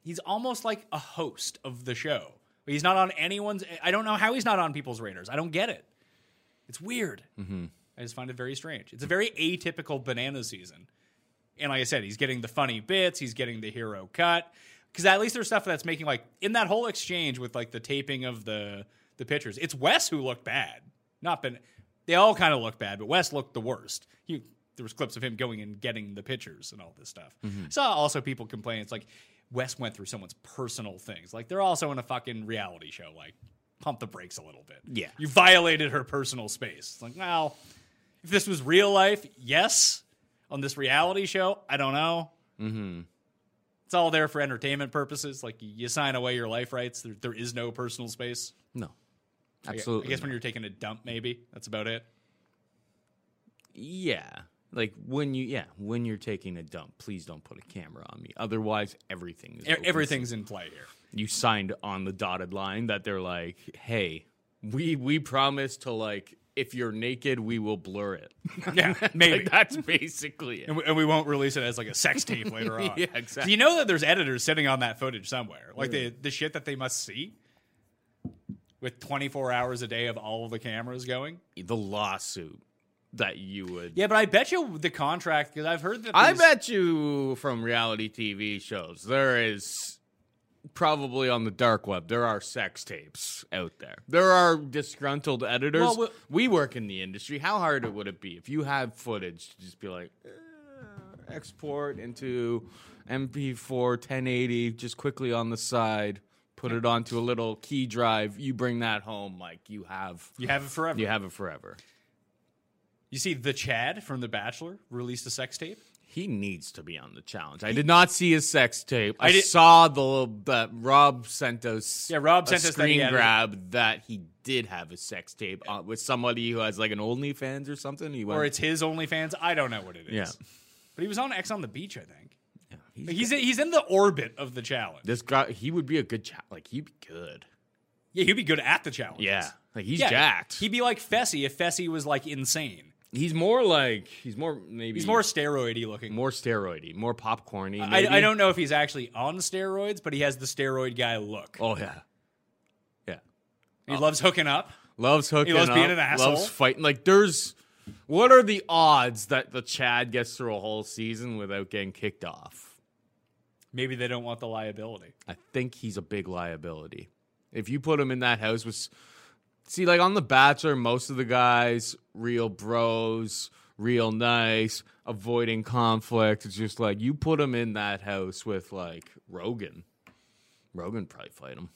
S1: he's almost like a host of the show. He's not on anyone's. I don't know how he's not on people's radars. I don't get it. It's weird. I just find it very strange. It's a very atypical banana season. And like I said, he's getting the funny bits, he's getting the hero cut. Because at least there's stuff that's making like in that whole exchange with like the taping of the the pictures. It's Wes who looked bad, not been. They all kind of looked bad, but Wes looked the worst. He there was clips of him going and getting the pictures and all this stuff. I saw also people complain. It's like Wes went through someone's personal things. Like they're also in a fucking reality show. Like pump the brakes a little bit.
S2: Yeah.
S1: you violated her personal space. It's like well, if this was real life, yes. On this reality show, I don't know. Mm-hmm. It's all there for entertainment purposes. Like you sign away your life rights. There, there is no personal space.
S2: no.
S1: I gue-
S2: Absolutely.
S1: I guess when you're taking a dump, maybe that's about it.
S2: Yeah. Like when you yeah, when you're taking a dump, please don't put a camera on me. Otherwise, everything is
S1: E-
S2: open
S1: Everything's in play here.
S2: *laughs* you signed on the dotted line that they're like, "Hey, we we promise to like if you're naked, we will blur it." *laughs*
S1: Yeah, maybe.
S2: Like, that's basically it.
S1: and, we, and we won't release it as like a sex tape later on.
S2: *laughs* Yeah, exactly.
S1: Do you know that there's editors sitting on that footage somewhere? Like the the shit that they must see with 24 hours a day of all of the cameras going.
S2: the lawsuit that you would.
S1: Yeah, but I bet you the contract because I've heard that.
S2: I
S1: there's-
S2: bet you from reality TV shows there is probably on the dark web there are sex tapes out there. There are disgruntled editors.
S1: Well,
S2: we, work in the industry. How hard it would it be if you had footage to just be like "Eh, export into MP4 1080 just quickly on the side, put it onto a little key drive, you bring that home like you have
S1: you have it forever.
S2: you have it forever.
S1: You see, the Chad from The Bachelor released a sex tape.
S2: He needs to be on the challenge. I did not see his sex tape. I,
S1: I did-
S2: saw the little that Rob sent us.
S1: Yeah, Rob
S2: a
S1: sent us that he
S2: screen
S1: had it.
S2: grab that he did have a sex tape on, with somebody who has like an OnlyFans or something. He went,
S1: or it's his OnlyFans. I don't know what it is.
S2: Yeah.
S1: But he was on X on the Beach, I think.
S2: Yeah,
S1: He's
S2: he's
S1: he's in the orbit of the challenge.
S2: this guy. He would be a good challenge. Like he'd be good.
S1: yeah, he'd be good at the challenge.
S2: Yeah, like he's
S1: yeah,
S2: jacked.
S1: He'd be like Fessy if Fessy was like insane.
S2: he's more like he's more maybe
S1: He's more steroidy looking.
S2: more steroidy, more popcorny.
S1: I, I
S2: maybe.
S1: don't know if he's actually on steroids, but he has the steroid guy look.
S2: Oh yeah, yeah.
S1: He loves hooking up.
S2: Loves hooking
S1: loves
S2: up,
S1: being an asshole.
S2: Loves fighting. Like there's, what are the odds that the Chad gets through a whole season without getting kicked off?
S1: Maybe they don't want the liability.
S2: I think he's a big liability. If you put him in that house with s- See, like on The Bachelor, most of the guys, real bros, real nice, avoiding conflict. It's just like you put them in that house with like Rogan. Rogan probably fight him.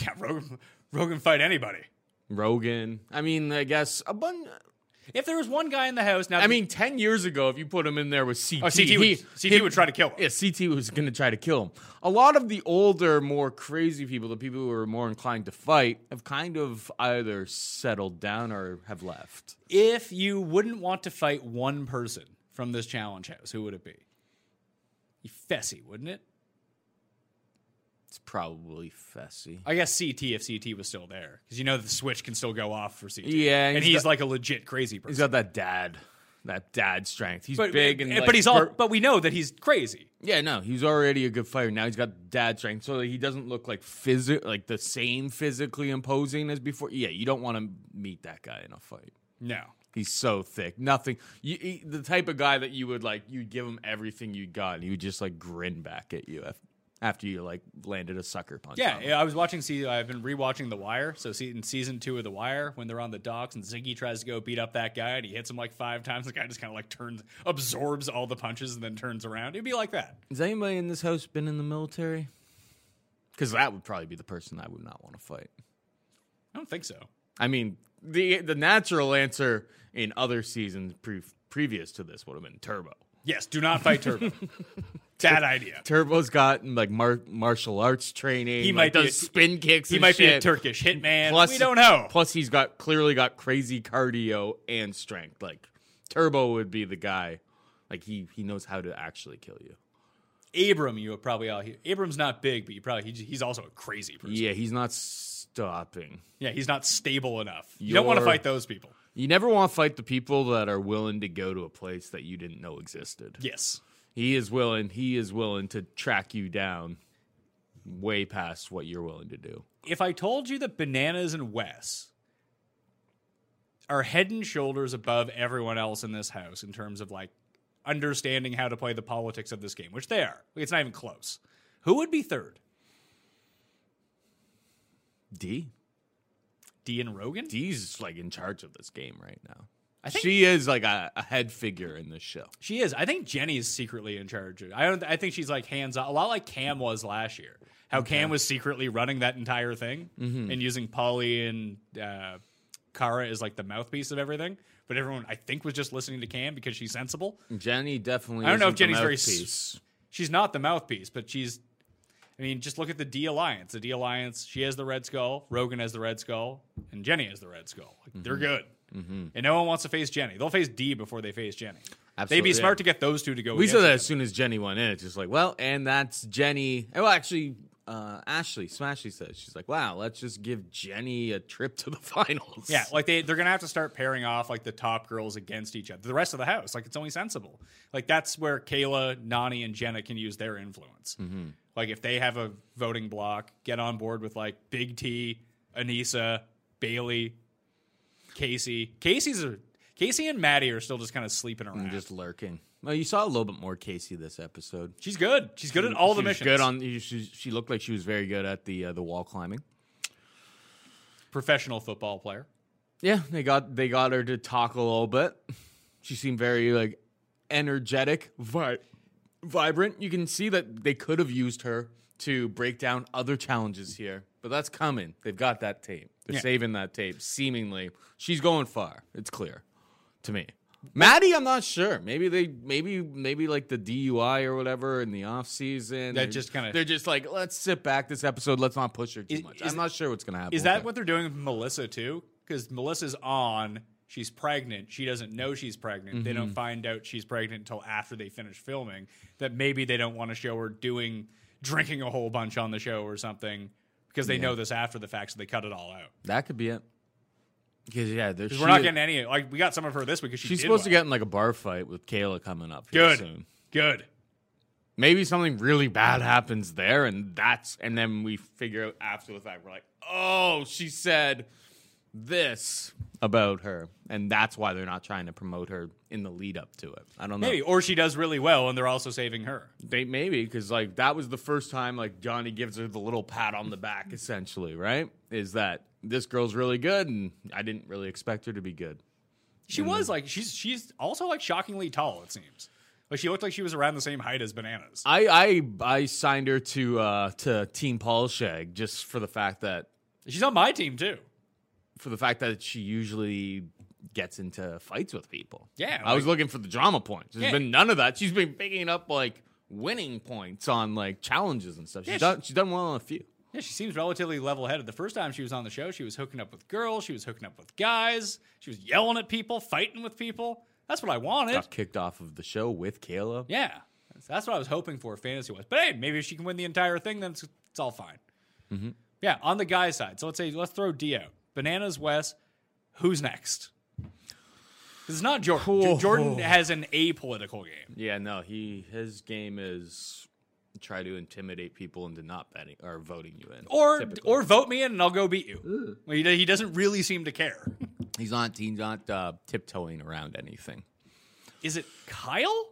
S1: Yeah, Rogan, Rogan fight anybody.
S2: Rogan. I mean, I guess a bunch.
S1: If there was one guy in the house now,
S2: I mean, ten years ago, if you put him in there with CT,
S1: oh, CT,
S2: he-
S1: would, CT
S2: he-
S1: would try to kill him.
S2: Yeah, CT was going to try to kill him. A lot of the older, more crazy people, the people who are more inclined to fight, have kind of either settled down or have left.
S1: If you wouldn't want to fight one person from this challenge house, who would it be? You Fessy, wouldn't it?
S2: It's probably Fessy.
S1: I guess CT if CT was still there, because you know the switch can still go off for CT.
S2: Yeah,
S1: and
S2: he's
S1: he's,
S2: got-
S1: like a legit crazy person.
S2: He's got that dad, that dad strength. eh, He's
S1: but, eh,
S2: big and like,
S1: but he's all.
S2: per-
S1: but we know that he's crazy.
S2: yeah, no, he's already a good fighter. Now he's got dad strength, so he doesn't look like physic like the same physically imposing as before. Yeah, you don't want to meet that guy in a fight.
S1: No,
S2: He's so thick. Nothing. You, he- the type of guy that you would like, you'd give him everything you got, and he would just like grin back at you af- after you like landed a sucker punch.
S1: yeah,
S2: on him.
S1: yeah. I was watching. See, I've been rewatching The Wire. So see, in season two of The Wire, when they're on the docks and Ziggy tries to go beat up that guy and he hits him like five times, the guy just kind of like turns, absorbs all the punches, and then turns around. It'd be like that.
S2: Has anybody in this house been in the military? Because that would probably be the person I would not want to fight.
S1: I don't think so.
S2: I mean, the the natural answer in other seasons pre- previous to this would have been Turbo.
S1: Yes, do not fight *laughs* Turbo. Bad idea.
S2: Turbo's got like mar- martial arts training.
S1: He
S2: like,
S1: might be
S2: does
S1: a-
S2: spin kicks.
S1: He
S2: and
S1: might be a
S2: shit.
S1: Turkish hitman.
S2: Plus,
S1: we don't know.
S2: Plus, he's got clearly got crazy cardio and strength. Like Turbo would be the guy. Like he he knows how to actually kill you.
S1: Abram, you would probably all hear. Abram's not big, but you probably he, he's also a crazy person.
S2: Yeah, he's not stopping.
S1: Yeah, he's not stable enough. You don't want to
S2: You're-
S1: fight those people.
S2: You never want to fight the people that are willing to go to a place that you didn't know existed.
S1: Yes.
S2: He is willing. He is willing to track you down, way past what you're willing to do.
S1: If I told you that bananas and Wes are head and shoulders above everyone else in this house in terms of like understanding how to play the politics of this game, which they are. It's not even close. Who would be third?
S2: D.
S1: D and Rogan?
S2: D's like in charge of this game right now. she is like a, a head figure in this show.
S1: She is. I think Jenny's secretly in charge. of- I don't. I think she's like hands on, a lot like Cam was last year. How Cam was secretly running that entire thing
S2: Mm-hmm.
S1: and using Polly and uh, Kara as like the mouthpiece of everything. But everyone, I think, was just listening to Cam because she's sensible.
S2: Jenny definitely.
S1: I don't know if
S2: isn't the
S1: Jenny's very
S2: mouthpiece.
S1: She's not the mouthpiece, but she's. I mean, just look at the D Alliance. The D Alliance. She has the Red Skull. Rogan has the Red Skull, and Jenny has the Red Skull. Like,
S2: Mm-hmm.
S1: They're good. And no one wants to face Jenny. They'll face D before they face Jenny. They'd
S2: Absolutely,
S1: be
S2: yeah.
S1: smart to get those two to go.
S2: We
S1: against
S2: saw
S1: each
S2: that
S1: other.
S2: as soon as Jenny went in. It's just like, well, and that's Jenny. Well, actually, uh, Ashley Smashley says she's like, wow, let's just give Jenny a trip to the *laughs* finals.
S1: Yeah, like they they're gonna have to start pairing off like the top girls against each other, the rest of the house. Like it's only sensible. Like that's where Kayla, Nani, and Jenna can use their influence. Like if they have a voting block, get on board with like Big T, Anissa, Bailey, Casey. Casey's a Casey and Maddie are still just kind of sleeping around.
S2: and just lurking. Well, you saw a little bit more Casey this episode.
S1: she's good. She's good at all the
S2: She was
S1: missions.
S2: Good on. She, she looked like she was very good at the uh, the wall climbing.
S1: professional football player.
S2: Yeah, they got they got her to talk a little bit. She seemed very like energetic, vi- vibrant. You can see that they could have used her to break down other challenges here, but that's coming. They've got that tape. They're
S1: Yeah.
S2: saving that tape. Seemingly, she's going far. It's clear to me. Maddie, I'm not sure. Maybe they, maybe, maybe like the DUI or whatever in the off
S1: That
S2: season. They're-
S1: just kinda-
S2: they're just like, let's sit back this episode. Let's not push her too
S1: Is-
S2: much.
S1: is-
S2: I'm not sure what's gonna happen.
S1: Is
S2: with
S1: that
S2: her.
S1: what they're doing with Melissa too? Because Melissa's on. She's pregnant. She doesn't know she's pregnant. They
S2: Mm-hmm.
S1: don't find out she's pregnant until after they finish filming. That maybe they don't want to show her doing drinking a whole bunch on the show or something because they know this after the fact, so they cut it all out.
S2: That could be it. Because yeah, there-
S1: Because
S2: she-
S1: we're not getting any. Like we got some of her this week. 'cause She
S2: She's
S1: did
S2: supposed to
S1: well.
S2: get in like a bar fight with Kayla coming up. Here
S1: good.
S2: Soon.
S1: Good.
S2: Maybe something really bad happens there, and that's and then we figure out after the fact we're like, oh, she said this about her, and that's why they're not trying to promote her in the lead up to it. I don't know.
S1: Maybe or she does really well, and they're also saving her.
S2: They maybe because like that was the first time like Johnny gives her the little pat on the back, essentially, right? Is that this girl's really good, and I didn't really expect her to be good.
S1: She
S2: Mm-hmm.
S1: was like she's she's also like shockingly tall. It seems like she looked like she was around the same height as bananas.
S2: I I, I signed her to uh, to Team Paul Shag just for the fact that
S1: She's on my team too.
S2: for the fact that she usually gets into fights with people.
S1: Yeah,
S2: I was
S1: like-
S2: looking for the drama points. There's
S1: Yeah.
S2: been none of that. She's been picking up like winning points on like challenges and stuff. She's
S1: Yeah, she-
S2: done she's done well on a few.
S1: Yeah, she seems relatively level-headed. The first time she was on the show, she was hooking up with girls, she was hooking up with guys, she was yelling at people, fighting with people. That's what I wanted.
S2: Got kicked off of the show with Kayla.
S1: Yeah, that's, that's what I was hoping for fantasy wise. But hey, maybe if she can win the entire thing, then it's, it's all fine. Yeah, on the guy side. So let's say let's throw D out. Bananas Wes. Who's next? 'Cause It's not Jordan. Jo- Jordan has an apolitical game.
S2: Yeah, no, he his game is try to intimidate people into not betting or voting you in.
S1: Or
S2: typically.
S1: or vote me in and I'll go beat you. Well, he, he doesn't really seem to care.
S2: he's not he's not uh, tiptoeing around anything.
S1: Is it Kyle?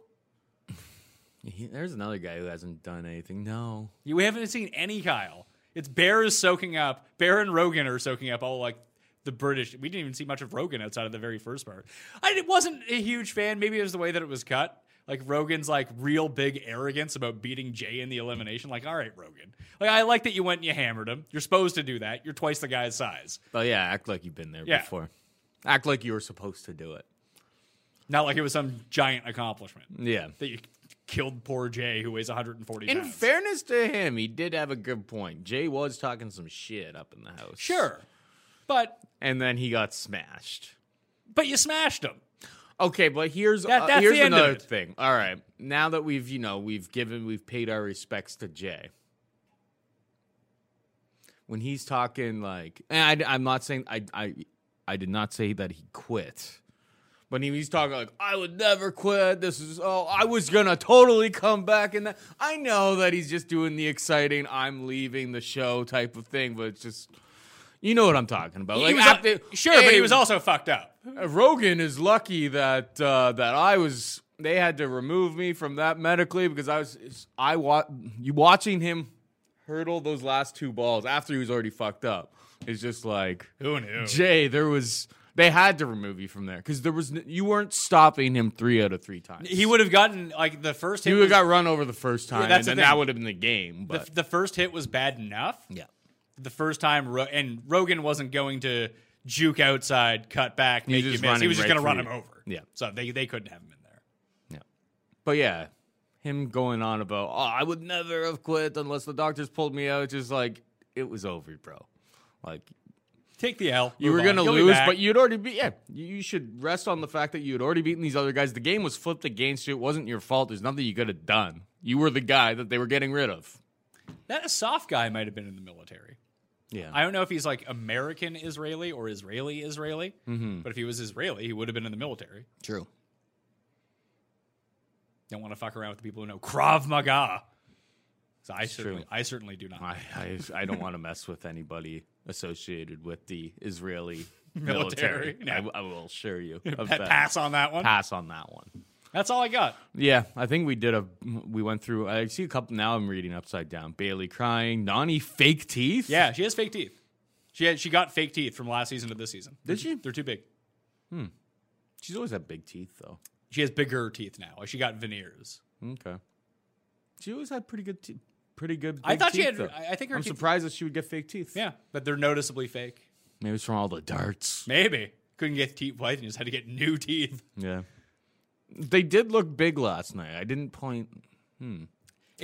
S2: He, there's another guy who hasn't done anything. No,
S1: You haven't seen any Kyle. It's Bear is soaking up. Bear and Rogan are soaking up all like the British. We didn't even see much of Rogan outside of the very first part. I it wasn't a huge fan. Maybe it was the way that it was cut. Like Rogan's like real big arrogance about beating Jay in the elimination. Like, all right, Rogan. Like I like that you went and you hammered him. You're supposed to do that. You're twice the guy's size.
S2: But Oh, yeah, act like you've been there
S1: Yeah.
S2: before. Act like you were supposed to do it.
S1: Not like it was some giant accomplishment
S2: Yeah.
S1: that you killed poor Jay who weighs 140
S2: In
S1: pounds.
S2: fairness to him, he did have a good point. Jay was talking some shit up in the house.
S1: sure, but
S2: And then he got smashed.
S1: but you smashed him.
S2: Okay, but here's
S1: That-
S2: uh,
S1: that's
S2: here's
S1: the end of
S2: another
S1: it.
S2: thing. All right, now that we've you know we've given we've paid our respects to Jay. When he's talking like, and I, am not saying I I I did not say that he quit, but he- he's talking like I would never quit. This is oh I was gonna totally come back and that I know that he's just doing the exciting I'm leaving the show type of thing, but it's just. You know what I'm talking about.
S1: He
S2: like
S1: was-
S2: after,
S1: sure, but he
S2: Hey,
S1: was also fucked up.
S2: uh, Rogan is lucky that uh, that I was. They had to remove me from that medically because I was. it's- I wa- you watching him hurdle those last two balls after he was already fucked up. It's just like
S1: Who knew?
S2: Jay. There was. They had to remove you from there because there was. n- You weren't stopping him three out of three times.
S1: He would have gotten like the first hit.
S2: You would
S1: was,
S2: have got run over the first time,
S1: that's
S2: and
S1: the
S2: then
S1: thing.
S2: that would have been the game.
S1: the,
S2: But
S1: the first hit was bad enough.
S2: yeah,
S1: The first time, Ro- and Rogan wasn't going to juke outside, cut back, make you miss.
S2: just
S1: He
S2: running
S1: was just
S2: right
S1: going to run him
S2: through you.
S1: over.
S2: Yeah.
S1: So they they couldn't have him in there.
S2: But yeah, him going on about, oh, I would never have quit unless the doctors pulled me out. Just like, it was over, bro. Like,
S1: Take the L.
S2: you
S1: move
S2: were
S1: on.
S2: going to
S1: He'll be
S2: lose,
S1: back.
S2: but you'd already be, yeah, you, you should rest on the fact that you had already beaten these other guys. The game was flipped against you. It wasn't your fault. There's nothing you could have done. You were the guy that they were getting rid of.
S1: that soft guy might have been in the military.
S2: Yeah.
S1: I don't know if he's like American Israeli or Israeli Israeli,
S2: Mm-hmm.
S1: but if he was Israeli, he would have been in the military.
S2: True.
S1: Don't want to fuck around with the people who know Krav Maga. So I certainly,
S2: true.
S1: I certainly do not.
S2: I, I, I don't want to mess with anybody associated with the Israeli
S1: *laughs* Military,
S2: military.
S1: yeah.
S2: I w- I, will
S1: *laughs*
S2: assure you. Of
S1: Pa-
S2: that.
S1: Pass on that one.
S2: Pass on that one.
S1: That's all I got.
S2: Yeah, I think we did a. We went through. I see a couple now. I'm reading upside down. Bailey crying. Nani fake teeth.
S1: Yeah, she has fake teeth. She had she got fake teeth from last season to this season.
S2: Did she?
S1: They're too big.
S2: she's always had big teeth though.
S1: She has bigger teeth now. Like she got veneers.
S2: Okay, she always had pretty good teeth. Pretty good.
S1: I
S2: big
S1: thought she
S2: teeth,
S1: had-
S2: though.
S1: I- I think her
S2: I'm
S1: teeth-
S2: surprised that she would get fake teeth.
S1: Yeah, but they're noticeably fake.
S2: maybe it's from all the darts.
S1: Maybe couldn't get teeth white and just had to get new teeth.
S2: Yeah, they did look big last night. I didn't point.
S1: It's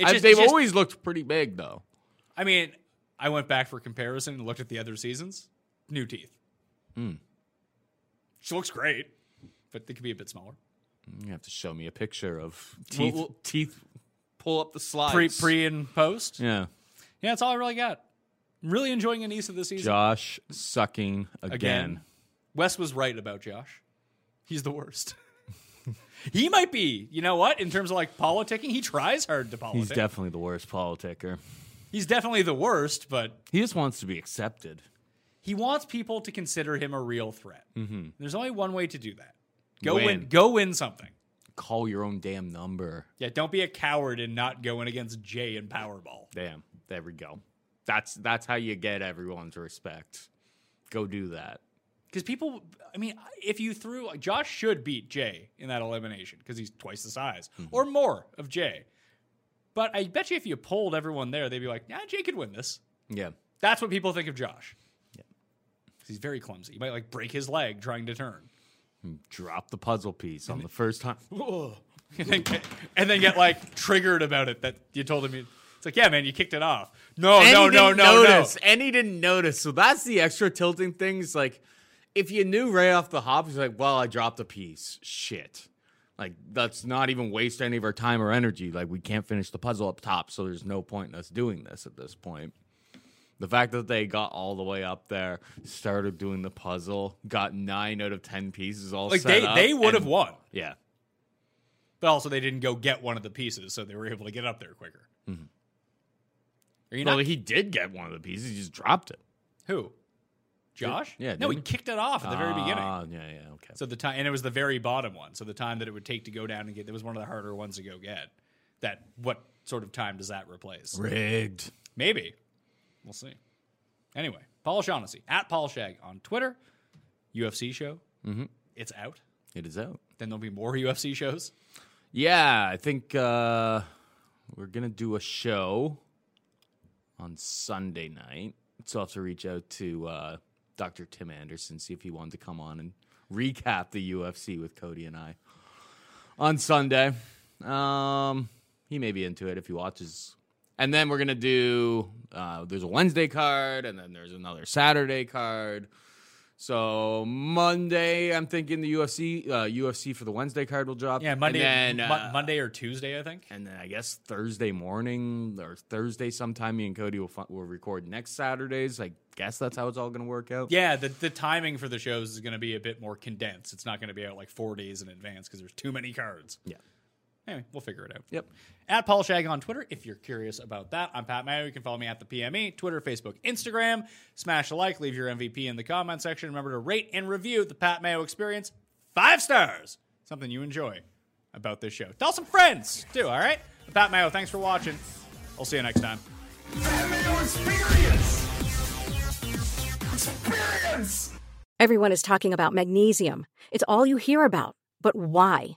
S2: I-
S1: just,
S2: they've
S1: it's just-
S2: always looked pretty big though.
S1: I mean, I went back for comparison and looked at the other seasons. New teeth. Hmm. She looks great, but they could be a bit smaller.
S2: You have to show me a picture of teeth.
S1: well-
S2: teeth. Pull up the slides.
S1: Pre pre and post. Yeah.
S2: Yeah.
S1: that's all I really got. I'm really enjoying Anissa this season.
S2: Josh sucking again.
S1: Wes was right about Josh. He's the worst. *laughs* he might be, you know what, in terms of like politicking, he tries hard to politic.
S2: He's definitely the worst politicker.
S1: He's definitely the worst, but
S2: He just wants to be accepted.
S1: he wants people to consider him a real threat. There's only one way to do that. Go win.
S2: Win.
S1: go win something.
S2: Call your own damn number.
S1: Yeah, don't be a coward and not going against Jay and Powerball.
S2: Damn. There we go. That's that's how you get everyone's respect. go do that.
S1: Because people, I mean, if you threw Josh should beat Jay in that elimination because he's twice the size or more of Jay. But I bet you if you polled everyone there, they'd be like, "Yeah, Jay could win this."
S2: Yeah.
S1: That's what people think of Josh. Yeah, he's very clumsy. He might like break his leg trying to turn, *laughs*
S2: Drop the puzzle piece on the first time.
S1: and then get, and then get like triggered about it that you told him. You, it's like, yeah, man, you kicked it off. Oh, No,
S2: and
S1: no,
S2: he
S1: no,
S2: didn't
S1: no, no.
S2: notice. And he didn't notice. So that's the extra tilting things. Like, if you knew right off the hop, he's like, well, I dropped a piece. Shit. Like, let's not even waste any of our time or energy. Like, we can't finish the puzzle up top. So there's no point in us doing this at this point. The fact that they got all the way up there, started doing the puzzle, got nine out of 10 pieces all
S1: Like
S2: set
S1: they
S2: up,
S1: they would have
S2: and-
S1: won,
S2: Yeah.
S1: but also they didn't go get one of the pieces, so they were able to get up there quicker. Are you
S2: Well,
S1: not
S2: he did get one of the pieces. He just dropped it.
S1: who? Josh?
S2: yeah,
S1: No, he
S2: didn't
S1: kicked it off at the very beginning.
S2: Ah, yeah, yeah, okay.
S1: So the time, and it was the very bottom one. So the time that it would take to go down and get, that was one of the harder ones to go get. That what sort of time does that replace?
S2: rigged.
S1: Maybe. We'll see. Anyway, Paul Shaughnessy at Paul Shag on Twitter. UFC show. Mm-hmm. It's out.
S2: It is out.
S1: Then there'll be more *laughs* UFC shows.
S2: Yeah, I think uh, we're gonna do a show on Sunday night. So I'll have to reach out to uh, Dr. Tim Anderson see if he wanted to come on and recap the UFC with Cody and I on Sunday. Um, he may be into it if he watches. And then we're gonna do. Uh, there's a Wednesday card, and then there's another Saturday card. So Monday, I'm thinking the UFC uh, UFC for the Wednesday card will drop.
S1: Yeah, Monday,
S2: And then,
S1: Mo-
S2: uh,
S1: Monday or Tuesday, I think.
S2: and then I guess Thursday morning or Thursday sometime, me and Cody will fi- will record next Saturdays. I guess that's how it's all going to work out.
S1: Yeah, the, the timing for the shows is going to be a bit more condensed. It's not going to be out like four days in advance because there's too many cards.
S2: Yeah.
S1: Anyway, we'll figure it out.
S2: Yep.
S1: At Paul Shag on Twitter, if you're curious about that. I'm Pat Mayo. You can follow me at the PME, Twitter, Facebook, Instagram. Smash a like, leave your MVP in the comment section. Remember to rate and review the Pat Mayo experience. Five stars. Something you enjoy about this show. Tell some friends, too, all right? Pat Mayo, thanks for watching. I'll see you next time.
S3: Experience! Experience!
S4: Everyone is talking about magnesium. It's all you hear about. But why?